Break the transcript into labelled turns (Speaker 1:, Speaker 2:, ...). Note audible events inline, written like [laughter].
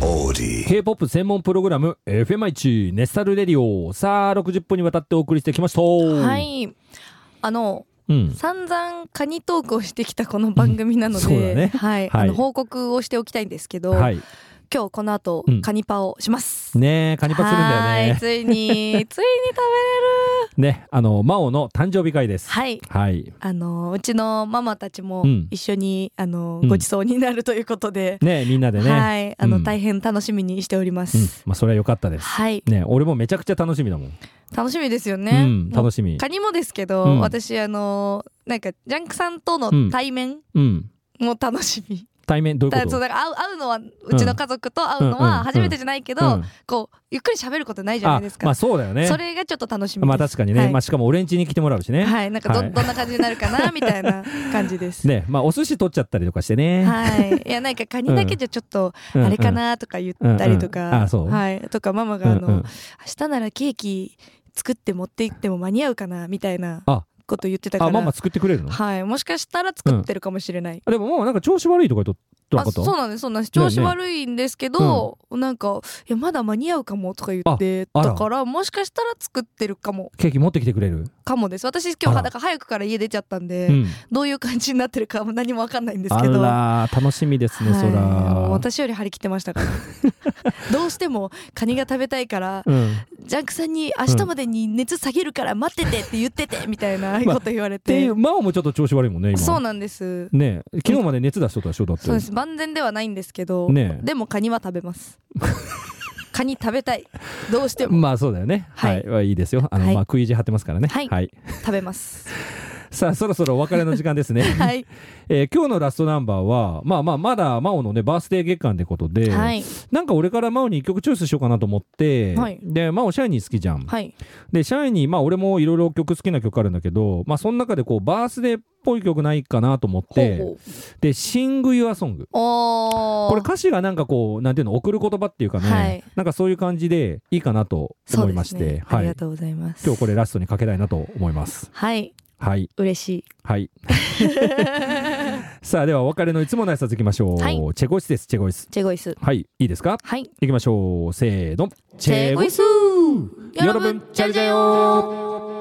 Speaker 1: melody.
Speaker 2: K-POP 専門プログラム FM1 ネッサルレディオさあ60分にわたってお送りしてきましたは
Speaker 3: は、いあの
Speaker 2: うん、
Speaker 3: 散々カニトークをしてきたこの番組なので、
Speaker 2: うんそうだね
Speaker 3: はい、
Speaker 2: はい
Speaker 3: あの報告をしておきたいんですけど、
Speaker 2: はい
Speaker 3: 今日この後、
Speaker 2: うん
Speaker 3: カニパをします。
Speaker 2: ねえカニパするんだよ
Speaker 3: はーい
Speaker 2: ね [laughs]
Speaker 3: ついについに食べれる。
Speaker 2: ねあの真央の誕生日会です
Speaker 3: はい。
Speaker 2: はい
Speaker 3: あのうちのママたちも
Speaker 2: うん
Speaker 3: 一緒に、あの
Speaker 2: うん
Speaker 3: ごちそうになるということで、
Speaker 2: ねえみんなでね、
Speaker 3: はいあの、
Speaker 2: うん
Speaker 3: 大変楽しみにしておりま
Speaker 2: う
Speaker 3: す。
Speaker 2: んまあ、それは良かったです
Speaker 3: はい
Speaker 2: ねえ俺もめちゃくちゃ楽しみだもん、
Speaker 3: 楽しみですよね。
Speaker 2: うん楽しみ
Speaker 3: カニもですけど、
Speaker 2: うん
Speaker 3: 私あのなんかジャンクさんとの
Speaker 2: うん
Speaker 3: 対面
Speaker 2: うん
Speaker 3: も楽しみ。
Speaker 2: 対面どういう
Speaker 3: だ
Speaker 2: こ
Speaker 3: そう
Speaker 2: と
Speaker 3: だから会う会うのはうちの家族と会うの
Speaker 2: うんうんうん
Speaker 3: は初めてじゃないけど、
Speaker 2: うん
Speaker 3: こうゆっくり喋ることないじゃない
Speaker 2: あ
Speaker 3: ですか。
Speaker 2: まあそうだよね
Speaker 3: それがちょっと楽しみです。
Speaker 2: まあ確かにね、
Speaker 3: はい
Speaker 2: まあしかも俺ん家に来てもらうしね、
Speaker 3: はい、なんかど、
Speaker 2: はい
Speaker 3: どんな感じになるかなみたいな感じで
Speaker 2: [laughs]
Speaker 3: す。
Speaker 2: ねまあお寿司取っちゃったりとかしてね、
Speaker 3: はい、いやなんかカニだけじゃちょっと
Speaker 2: うん
Speaker 3: あれかなとか言ったりとか、
Speaker 2: うんうんあそう
Speaker 3: はい、とかママ
Speaker 2: うん
Speaker 3: が
Speaker 2: う
Speaker 3: あ
Speaker 2: ん
Speaker 3: の、明日ならケーキ作って持って行っても間に合うかなみたいな
Speaker 2: あ
Speaker 3: こと言ってたか
Speaker 2: あ
Speaker 3: ら、
Speaker 2: ママ作ってくれるの
Speaker 3: はい、もしかしたら作ってるかもしれない。
Speaker 2: でももうなんか調子悪いとか言っとった
Speaker 3: あ
Speaker 2: こと
Speaker 3: そうなんですそうなんです調子悪いんですけど、なんか「いやまだ間に合うかも」とか言って
Speaker 2: ああら
Speaker 3: だからもしかしたら作ってるかも
Speaker 2: ケーキ持ってきてくれる、
Speaker 3: かもです私
Speaker 2: あ
Speaker 3: 今
Speaker 2: ら
Speaker 3: 日だから早くから家出ちゃったんで、
Speaker 2: うん、
Speaker 3: どういう感じになってるかも何も分かんないんです
Speaker 2: あ
Speaker 3: けど。
Speaker 2: らー楽しみですね、
Speaker 3: はい
Speaker 2: そ
Speaker 3: もう
Speaker 2: ら
Speaker 3: 私より張り切ってまし
Speaker 2: [laughs]
Speaker 3: たからどうしてもカニが食べたいから
Speaker 2: うん、っ
Speaker 3: ジャンクさんに明日までに熱下げるから待っててって言っててみたいなこと言われ
Speaker 2: てい
Speaker 3: て
Speaker 2: う、真央もちょっと調子悪いもんね今
Speaker 3: そうなんです
Speaker 2: ねえ昨日まで熱出しとったでしょだって
Speaker 3: そうです万全ではないんですけど、
Speaker 2: ねえ
Speaker 3: でもカニは食べます
Speaker 2: [laughs]
Speaker 3: カニ食べたいどうしても
Speaker 2: まあそうだよねは
Speaker 3: はい
Speaker 2: い、はいい、いですよあの、
Speaker 3: はい
Speaker 2: まあ食い意地張ってますからね
Speaker 3: はい食べます
Speaker 2: さあそろそろお別れの時間ですね、
Speaker 3: [laughs] はい、
Speaker 2: えー今日のラストナンバーはまあまあまだ真央のねバースデー月間ってことで、
Speaker 3: はい
Speaker 2: なんか俺から真央に一曲チョイスしようかなと思って、
Speaker 3: はい
Speaker 2: で真央シャイニー好きじゃん、
Speaker 3: はい
Speaker 2: で、シャイニー、まあ俺もいろいろ曲好きな曲あるんだけど、まあその中でこうバースデーっぽい曲ないかなと思っ
Speaker 3: ほ
Speaker 2: て、
Speaker 3: うほう
Speaker 2: で、Sing Your Song。
Speaker 3: おー
Speaker 2: これ歌詞がなんかこう、なんていうの、送る言葉っていうかね、
Speaker 3: はい
Speaker 2: なんかそういう感じでいいかなと
Speaker 3: そう
Speaker 2: 思い
Speaker 3: ですね
Speaker 2: まして、
Speaker 3: あ
Speaker 2: は
Speaker 3: り
Speaker 2: い
Speaker 3: が。とうございます
Speaker 2: 今日これラストにかけたいなと思います。
Speaker 3: はい
Speaker 2: はい。
Speaker 3: 嬉しい [laughs]
Speaker 2: はい。さあではお別れのいつもの挨拶いきましょう。
Speaker 3: はい
Speaker 2: チェゴイスです、チェゴイス。
Speaker 3: チェゴイス
Speaker 2: はい。いいですか
Speaker 3: はい
Speaker 2: いきましょう。せーの。チェゴイス
Speaker 3: チェゴイス
Speaker 2: 여러분잘자요